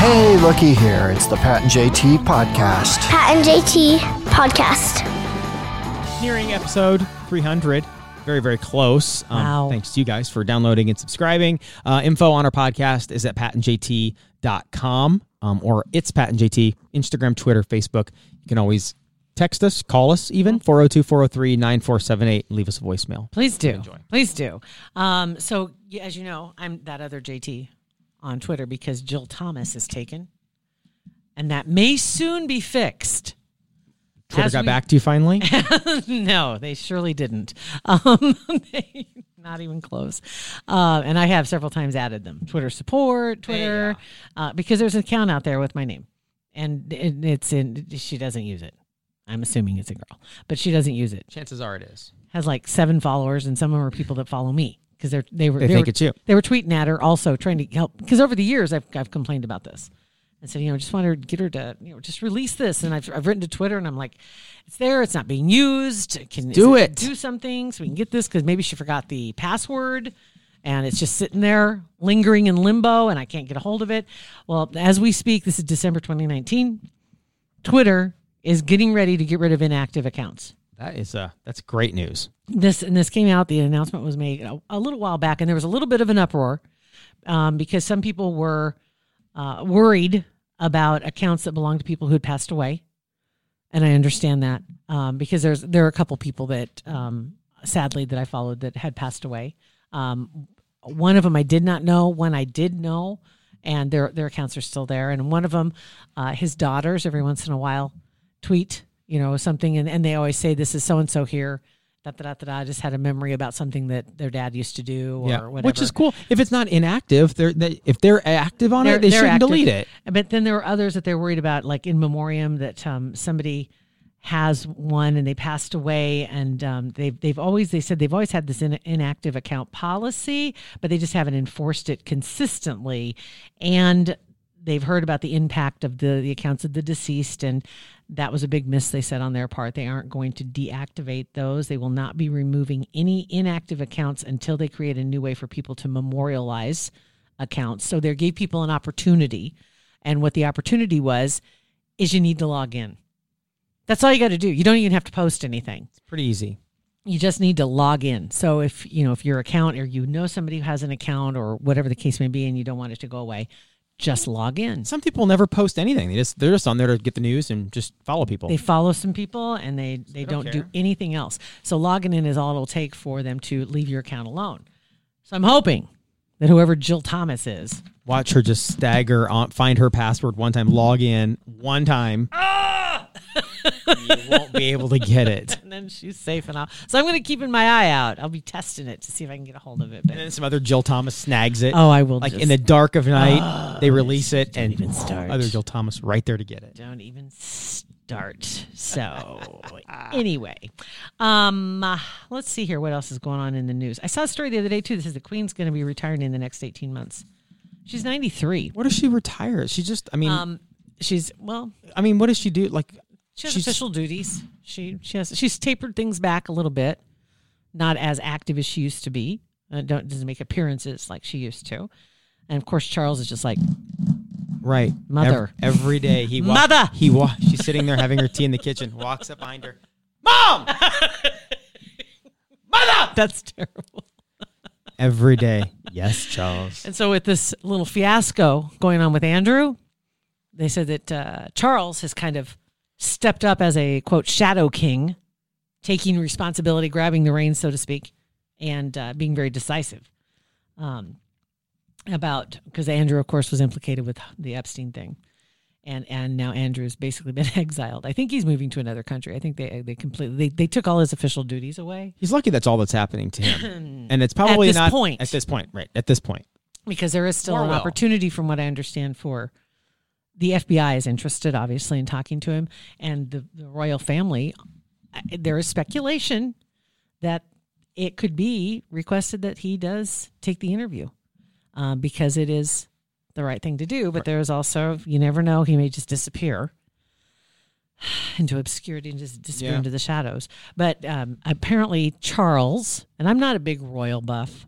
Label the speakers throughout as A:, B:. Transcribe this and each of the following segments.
A: Lucky here. It's the Pat and JT podcast.
B: Pat and JT podcast.
C: nearing episode 300 very very close um,
D: Wow.
C: thanks to you guys for downloading and subscribing uh, info on our podcast is at patentjt.com um, or it's patentjt instagram twitter facebook you can always text us call us
D: Mm-hmm.
C: even 402-403-9478 and leave us a voicemail
D: Please do. Please do. Um, so, y- as you know, I'm that other JT on Twitter because Jill Thomas is taken, and that may soon be fixed.
C: twitter
D: As
C: got
D: we-
C: back to you finally
D: no, they surely didn't. Um, they, not even close. Uh, and I have several times added them Twitter support, Twitter, uh, because there's an account out there with my name. And it- it's in, she doesn't use it. I'm assuming it's a girl, but she doesn't use it.
C: chances are it is
D: has like seven followers, and some of them are people that follow me because they're they were
C: They think
D: were,
C: it's you.
D: They were tweeting at her also trying to help because over the years I've I've complained about this and said you know just want her get her to you know just release this and I've I've written to Twitter and I'm like it's there it's not being used can
C: Do
D: is
C: it.
D: do something so we can get this because maybe she forgot the password. And it's just sitting there lingering in limbo, and I can't get a hold of it. Well, as we speak, this is December 2019. Twitter is getting ready to get rid of inactive accounts
C: that is uh that's great news
D: this and this came out the announcement was made a, a little while back and there was a little bit of an uproar um, because some people were uh, worried about accounts that belonged to people who had passed away and i understand that um, because there's there are a couple people that um, sadly that i followed that had passed away um, one of them i did not know one i did know and their their accounts are still there and one of them uh, his daughters every once in a while tweet, you know, something, and, and they always say, "This is so and so here." Da, da, da, da, da. I just had a memory about something that their dad used to do, or whatever.
C: which is cool if it's not inactive they're they, if they're active on it they
D: They're-
C: shouldn't
D: they're active.
C: delete it
D: But then there were others that they're worried about, like in memoriam, that um, somebody has one and they passed away, and um, they've they've always they said they've always had this in, inactive account policy, but they just haven't enforced it consistently, and they've heard about the impact of the the accounts of the deceased and. That was a big miss, they said on their part. They aren't going to deactivate those. They will not be removing any inactive accounts until they create a new way for people to memorialize accounts. So they gave people an opportunity. And what the opportunity was is you need to log in. That's all you got to do. You don't even have to post anything.
C: it's pretty easy
D: You just need to log in. So if, you know, if your account or you know somebody who has an account or whatever the case may be and you don't want it to go away, just log in.
C: some people never post anything. They just they're just on there to get the news and just follow people.
D: They follow some people and they, they
C: don't
D: don't, do
C: care.
D: anything else. So logging in is all it'll take for them to leave your account alone. So I'm hoping that whoever Jill Thomas is,
C: Watch her just stagger on, find her password one time, log in one time.
D: Ah!
C: you won't be able to get it.
D: and then she's safe and all. So I'm going to keep an my eye out. I'll be testing it to see if I can get a hold of it. But
C: And then some other Jill Thomas snags it.
D: Oh, I will
C: Like
D: just- Ah,
C: in the dark of night, they release it, and
D: even start.
C: other Jill Thomas right there to get it.
D: don't even start. So anyway, um, uh, let's see here. What else is going on in the news? I saw a story the other day too. This is the Queen's going to be retiring in the next eighteen months. She's ninety three.
C: What does she retire? She just, I mean,
D: Um, she's well.
C: I mean, what does she do? Like,
D: She has
C: She's-
D: official duties. She she has she's tapered things back a little bit. Not as active as she used to be. Uh, don't doesn't make appearances like she used to. And of course, Charles is just like
C: right,
D: Mother.
C: Ev- every day he walks,
D: Mother.
C: He wa- She's sitting there having her tea in the kitchen. Walks up behind her. Mom. Mother.
D: that's terrible.
C: every day. yes, Charles.
D: And so, with this little fiasco going on with Andrew, they said that uh, Charles has kind of stepped up as a quote shadow king, taking responsibility, grabbing the reins, so to speak, and uh, being very decisive um, about because Andrew, of course, was implicated with the Epstein thing. And, and now Andrew's basically been exiled. I think he's moving to another country. I think they they completely they, they took all his official duties away
C: He's lucky that's all that's happening to him, and it's probably
D: this
C: not
D: point.
C: at this point, right? At this point,
D: because there is still an
C: Orwell.
D: opportunity, from what I understand, for the FBI is interested, obviously, in talking to him, and the, the royal family. I- There is speculation that it could be requested that he does take the interview um, because it is the right thing to do. But there is also, you never know, he may just disappear into obscurity and just disappear
C: Yeah.
D: into the shadows. But um, apparently, Charles, and I'm not a big royal buff,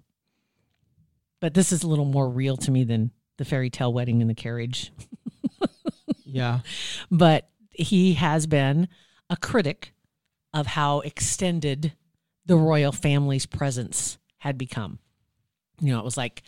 D: but this is a little more real to me than the fairy tale wedding in the carriage.
C: Yeah.
D: but he has been a critic of how extended the royal family's presence had become. You know, it was like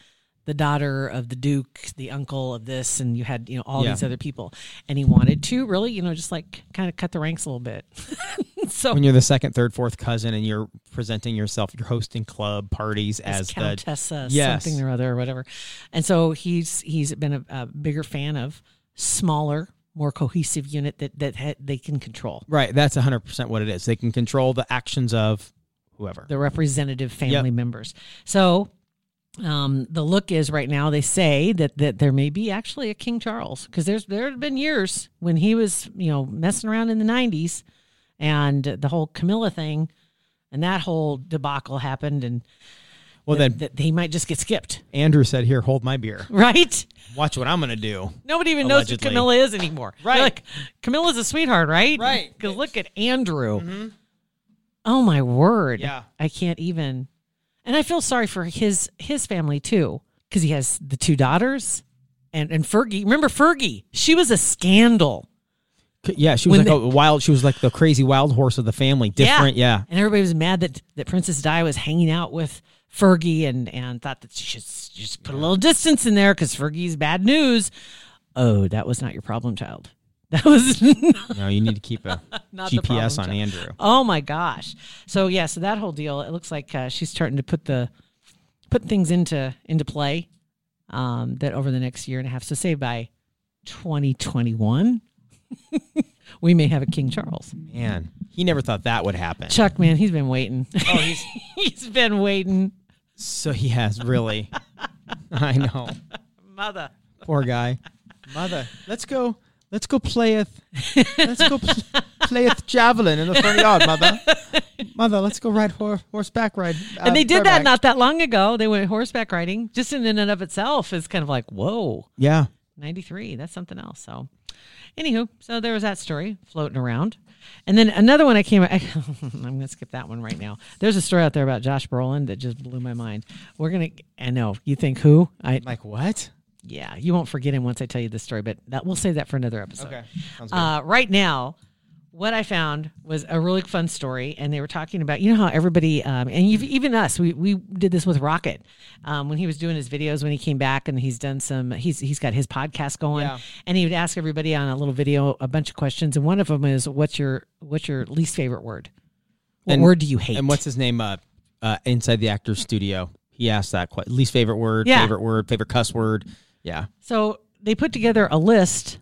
D: the daughter of the duke, the uncle of this, and you had, you know, all
C: Yeah.
D: these other people. And he wanted to really, you know, just like kind of cut the ranks a little bit. so
C: When you're the second, third, fourth cousin and you're presenting yourself, you're hosting club parties as,
D: as
C: the
D: Countessa
C: Yes.
D: uh, something or other or whatever. And so he's he's been a, a bigger fan of smaller, more cohesive unit that that ha- they can control.
C: Right. That's 100% what it is. They can control the actions of whoever.
D: the representative family members. So um, the look is right now they say that that there may be actually a King Charles because there's there had been years when he was you know messing around in the 90s and the whole Camilla thing and that whole debacle happened and
C: well, then
D: that he might just get skipped
C: Andrew said, Here, hold my beer.
D: right
C: Watch what I'm going to do.
D: nobody even knows who
C: Allegedly.
D: Camilla is anymore They're
C: Right.
D: like Camilla's a sweetheart right
C: Right. Mm-hmm.
D: because look at Andrew oh my word
C: Yeah.
D: I can't even. And I feel sorry for his his family too, because he has the two daughters, and and Fergie. Remember Fergie? She was a scandal.
C: C- Yeah. She was
D: When
C: like a wild, she was like the crazy wild horse of the family. Different. Yeah.
D: And everybody was mad that that Princess Di was hanging out with Fergie, and and thought that she should s- just put a little distance in there because Fergie's bad news. Oh, that was not your problem, child. That was
C: No, you need to keep a
D: Not the
C: GPS on
D: problem,
C: Andrew.
D: Oh my gosh! So yeah, so that whole deal. It looks like uh, she's starting to put the put things into into play. Um, that over the next year and a half, so say by 2021, we may have a King Charles.
C: Man, he never thought that would happen.
D: Chuck, man, he's been waiting. Oh, he's he's been waiting,
C: So he has really. I know.
D: mother.
C: Poor guy. Mother, let's go. Let's go playeth. Let's go pl- playeth javelin in the front yard, mother. Mother, let's go ride hor- horseback ride. uh,
D: And they did that
C: bareback.
D: not that long ago. They went horseback riding. Just in and of itself is kind of like whoa.
C: Yeah.
D: 93. That's something else. So, anywho, so there was that story floating around. And then another one I came, I, I'm going to skip that one right now. There's a story out there about Josh Brolin that just blew my mind. We're going to, I know, you think who? I,
C: Like what?
D: yeah, you won't forget him once I tell you this story, but that we'll save that for another episode.
C: Sounds good.
D: Uh, right now, what I found was a really fun story, and they were talking about you know how everybody um, and you've, even us we we did this with Rocket um, when he was doing his videos when he came back and he's done some he's he's got his podcast going
C: Yeah.
D: and he would ask everybody on a little video a bunch of questions and one of them is what's your what's your least favorite word what
C: And-
D: word do you hate
C: and what's his name? Uh, uh, inside the actor's studio. He asked that question. Least favorite word,
D: Yeah.
C: favorite word, favorite cuss word. Yeah.
D: So they put together a list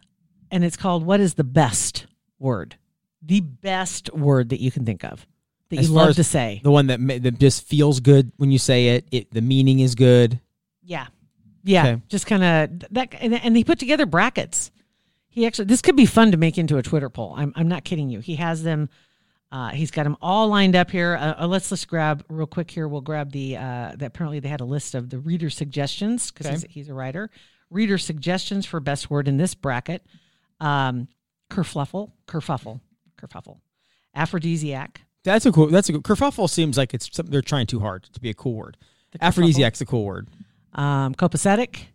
D: and it's called What is the best word? The best word that you can think of that
C: As
D: you
C: far
D: love
C: as
D: to say.
C: The one that, ma- that just feels good when you say it. it the meaning is good.
D: yeah. Yeah.
C: Okay.
D: Just kind of that. And, and he put together brackets. He actually, this could be fun to make into a Twitter poll. I'm, I'm not kidding you. He has them. Uh, he's got them all lined up here. Uh, uh, let's just grab real quick here. We'll grab the, uh, the apparently they had a list of the reader suggestions because he's, he's a writer. Reader suggestions for best word in this bracket. Um, kerfluffle, kerfuffle, kerfuffle, aphrodisiac,
C: That's a cool. That's a cool. Kerfuffle seems like it's something they're trying too hard to be a cool word. Aphrodisiac's a cool word.
D: um, copacetic,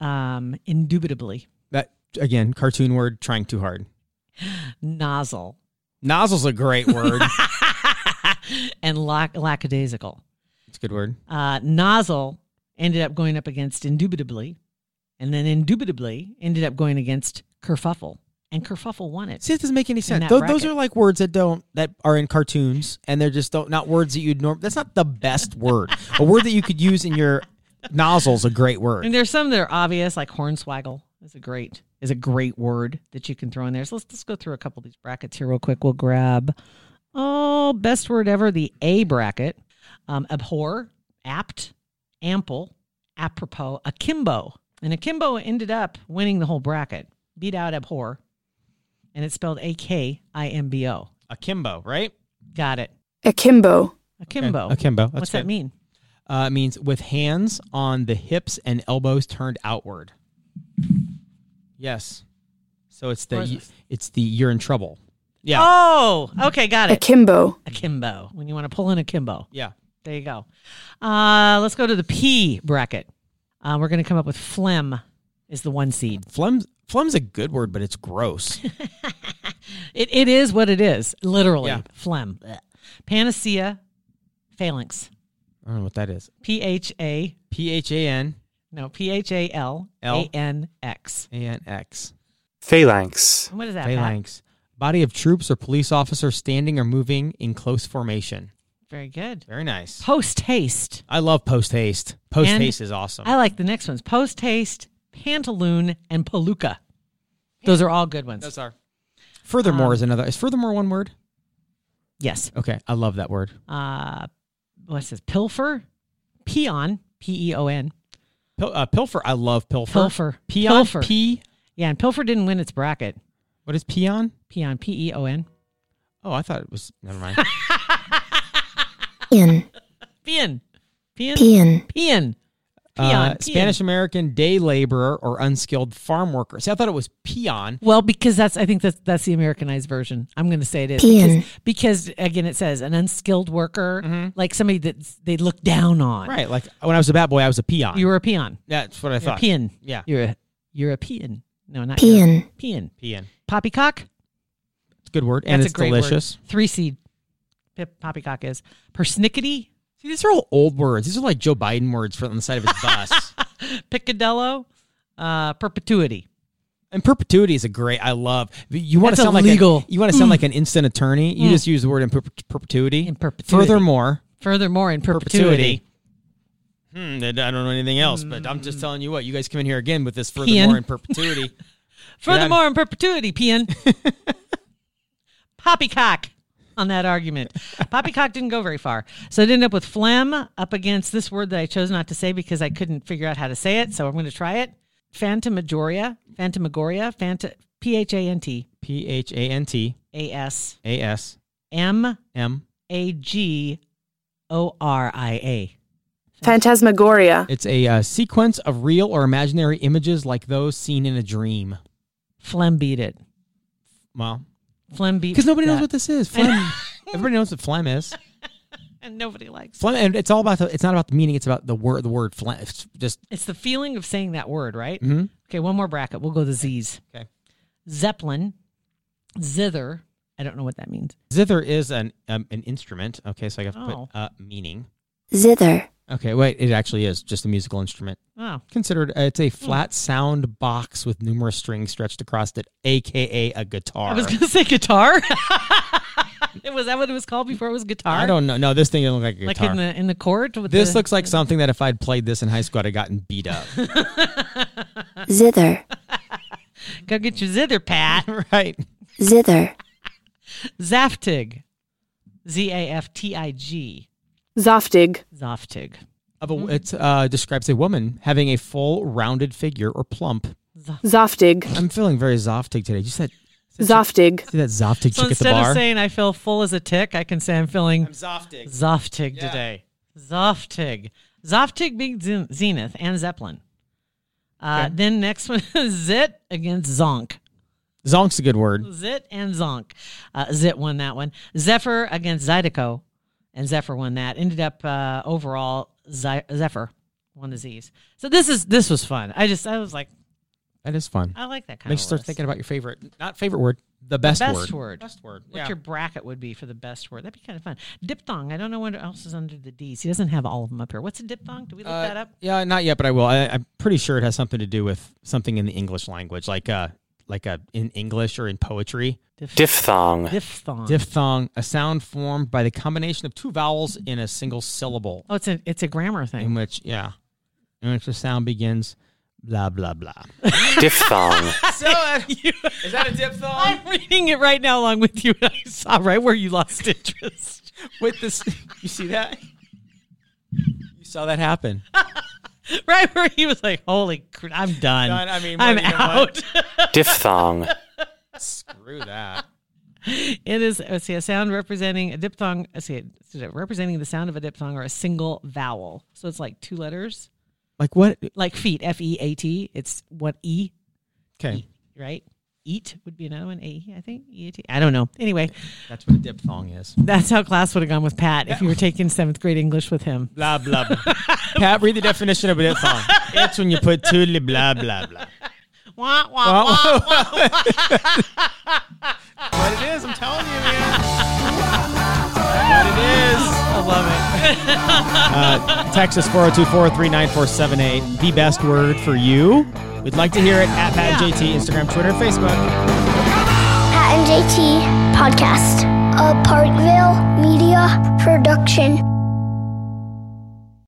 D: um, indubitably,
C: That again, cartoon word. Trying too hard.
D: nozzle.
C: Nozzle's a great word.
D: and lack, lackadaisical.
C: it's a good word.
D: Uh, nozzle ended up going up against indubitably, and then indubitably ended up going against kerfuffle, and kerfuffle won it.
C: See, it doesn't make any sense.
D: that
C: Tho- those
D: bracket.
C: are like words that don't that are in cartoons, and they're just don't, not words that you'd norm. That's not the best word. a word that you could use in your nozzle's a great
D: And
C: word.
D: there's some that are obvious, like hornswaggle is a great is a great word that you can throw in there. So let's let's go through a couple of these brackets here real quick. We'll grab oh best word ever the A bracket, um, abhor, apt, ample, apropos, akimbo, and akimbo ended up winning the whole bracket, beat out abhor, and it's spelled A K I M B O.
C: Akimbo, right?
D: Got it,
E: Akimbo.
D: akimbo.
C: akimbo, that's
D: What's that
C: good.
D: mean?
C: Uh, it means with hands on the hips and elbows turned outward. Yes. So it's the
D: Where's
C: y-
D: this?
C: it's the you're in trouble. Yeah.
D: Oh, okay, got it.
E: Akimbo.
D: Akimbo. When you want to pull in akimbo.
C: Yeah.
D: There you go. Uh, let's go to the P bracket. Uh, we're going to come up with phlegm, is the one seed.
C: Phlegm's phlegm's a good word, but it's gross.
D: It, it is what it is, literally.
C: Yeah.
D: Phlegm. Blech. Panacea phalanx.
C: I don't know what that is.
D: P H A,
C: P H A N
D: no, P H A L
C: L.
D: A N X.
C: A N X.
E: Phalanx.
D: What is that? Pat?
C: Phalanx. Body of troops or police officers standing or moving in close formation.
D: Very good.
C: Very nice.
D: Post haste.
C: I love post haste. Post haste is awesome.
D: I like the next ones post haste, pantaloon, and palooka. Those are all good ones.
C: Those are. Furthermore
D: um,
C: is another. Is furthermore one word?
D: Yes.
C: Okay, I love that word.
D: Uh, what's this? Pilfer, peon, P E O N.
C: Pil- uh, pilfer. I love pilfer.
D: Pilfer.
C: Peon.
D: Pilfer.
C: P.
D: Yeah, and pilfer didn't win its bracket.
C: What is peon?
D: Peon, P E O N.
C: Oh, I thought it was. Never mind. Uh,
B: In.
D: Peon. Peon.
B: In.
D: Peon.
C: Uh,
D: Peon.
C: Spanish American day laborer or unskilled farm worker. See, I thought it was peon.
D: Well, because that's I think that's that's the Americanized version. I'm going to say it is
B: Peon.
D: because, because, again it says an unskilled worker, like somebody that they look down on.
C: Mm-hmm. Right. Like when I was a bat boy, I was a peon.
D: You were a peon.
C: That's what I thought.
D: Peon.
C: Yeah.
D: You're a you're a peon. No, not
B: Peon.
D: Europe. Peon.
C: Peon.
D: Poppycock.
C: It's a good word, and
D: That's
C: it's
D: a great
C: delicious.
D: Word. Three seed. Pip, poppycock is persnickety.
C: See, these are all old words. These are like Joe Biden words for on the side of his bus.
D: Piccadillo. Uh, perpetuity.
C: And perpetuity is a great. I love. You want to
D: That's
C: sound like a-
D: illegal. Mm.
C: you want to sound like an instant attorney. You just use the word in per- perpetuity.
D: In perpetuity.
C: Furthermore,
D: Furthermore, in perpetuity.
C: perpetuity. Hmm, I don't know anything else, but I'm just telling you what. You guys come in here again with this
D: Peon.
C: furthermore in perpetuity.
D: Furthermore, in perpetuity, peon. Poppycock on that argument. Poppycock didn't go very far. So it ended up with phlegm up against this word that I chose not to say because I couldn't figure out how to say it. So I'm going to try it. Phantasmagoria. Phantasmagoria. Phant- P H A N T
C: P H A N T
D: A S
C: A S
D: M
C: M.
D: A G O R I A.
F: Phantasmagoria.
C: It's a uh, sequence of real or imaginary images like those seen in a dream.
D: Phlegm beat it.
C: Well,
D: Phlegm beat
C: because nobody knows
D: that.
C: what this is. Phlegm. Everybody knows what phlegm is.
D: and nobody likes.
C: Phlegm, and it's all about the, it's not about the meaning. It's about the word. The word phlegm. It's just hmm?
D: It's the feeling of saying that word, right? Okay, one more bracket. We'll go the Z's.
C: Mm. Okay.
D: Zeppelin, zither. I don't know what that means.
C: zither is an um, an instrument. Okay, so I have to
D: Oh.
C: put uh, meaning.
B: Zither.
C: Okay, wait. It actually is just a musical instrument.
D: Oh,
C: Considered, uh, it's a flat sound box with numerous strings stretched across it, aka a guitar.
D: I was going to say guitar. it was that what it was called before it was guitar?
C: I don't know. No, this thing doesn't look like a
D: like
C: guitar.
D: in the in the chord. With
C: this
D: the,
C: looks like something that if I'd played this in high school, I'd have gotten beat up.
B: Zither.
D: go get your zither, Pat.
C: right.
B: Zither.
D: Zaftig, Z A F T I G.
F: Zoftig.
D: Zoftig.
C: Of
D: Hmm.
C: a, it uh, describes a woman having a full, rounded figure or plump.
F: Zoftig.
C: I'm feeling very zoftig today. You said
F: Zoftig.
C: see that zoftig chick at
D: So
C: the
D: instead
C: bar.
D: of saying I feel full as a tick, I can say I'm feeling
C: zoftig.
D: Zoftig today. Zoftig. Zoftig beat Zen- Zenith and Zeppelin. Uh, Then next one is Zit against Zonk.
C: Zonk's a good word.
D: Zit and Zonk. Uh, Zit won that one. Zephyr against Zydeco. And Zephyr won that. Ended up uh, overall, Zy- Zephyr won the Z's. So this is this was fun. I just I was like
C: That is fun.
D: I like that kind
C: Makes
D: of
C: you start
D: list.
C: thinking about your favorite, not favorite word, the best, word.
D: best word.
C: Best word.
D: what your bracket would be for the best word. That'd be kind of fun. Diphthong. I don't know what else is under the D's. He doesn't have all of them up here. What's a diphthong? Do we look
C: Uh,
D: that up?
C: Yeah, not yet, but I will. I, I'm pretty sure it has something to do with something in the English language, like uh, like a in English or in poetry.
E: Diphthong.
D: Diphthong.
C: Diphthong, a sound formed by the combination of two vowels in a single syllable,
D: oh, it's a it's a grammar
C: in
D: thing.
C: which yeah, in which the sound begins. Blah blah blah.
E: Diphthong.
C: so, is that a diphthong?
D: I'm reading it right now along with you. And I saw right where you lost interest.
C: With this, you see that? You saw that happen.
D: right where he was like, "Holy, cr- I'm done.
C: Done, I mean,
D: I'm
C: what- you know what?
D: out."
E: Diphthong.
C: Screw that.
D: it is let's see a sound representing a diphthong. Let's see, it's representing the sound of a diphthong or a single vowel. So it's like two letters,
C: Like what?
D: like feet. F E A T. It's what E
C: Okay.
D: right? eat would be another one. A E, I think. E A T. I don't know. Anyway,
C: That's what a diphthong is.
D: that's how class would have gone with Pat if you were taking seventh grade English with him.
C: Blah, blah, blah. Pat, read the definition of a diphthong. it's when you put two, li- blah, blah, blah.
D: Wah, wah, wah.
C: what it is, I'm telling you, man. what it is. I love it. uh, text us 402-403-9478. The best word for you. We'd like to hear it at Pat and JT, Instagram, Twitter, and Facebook.
B: Pat and JT Podcast. A Parkville Media Production.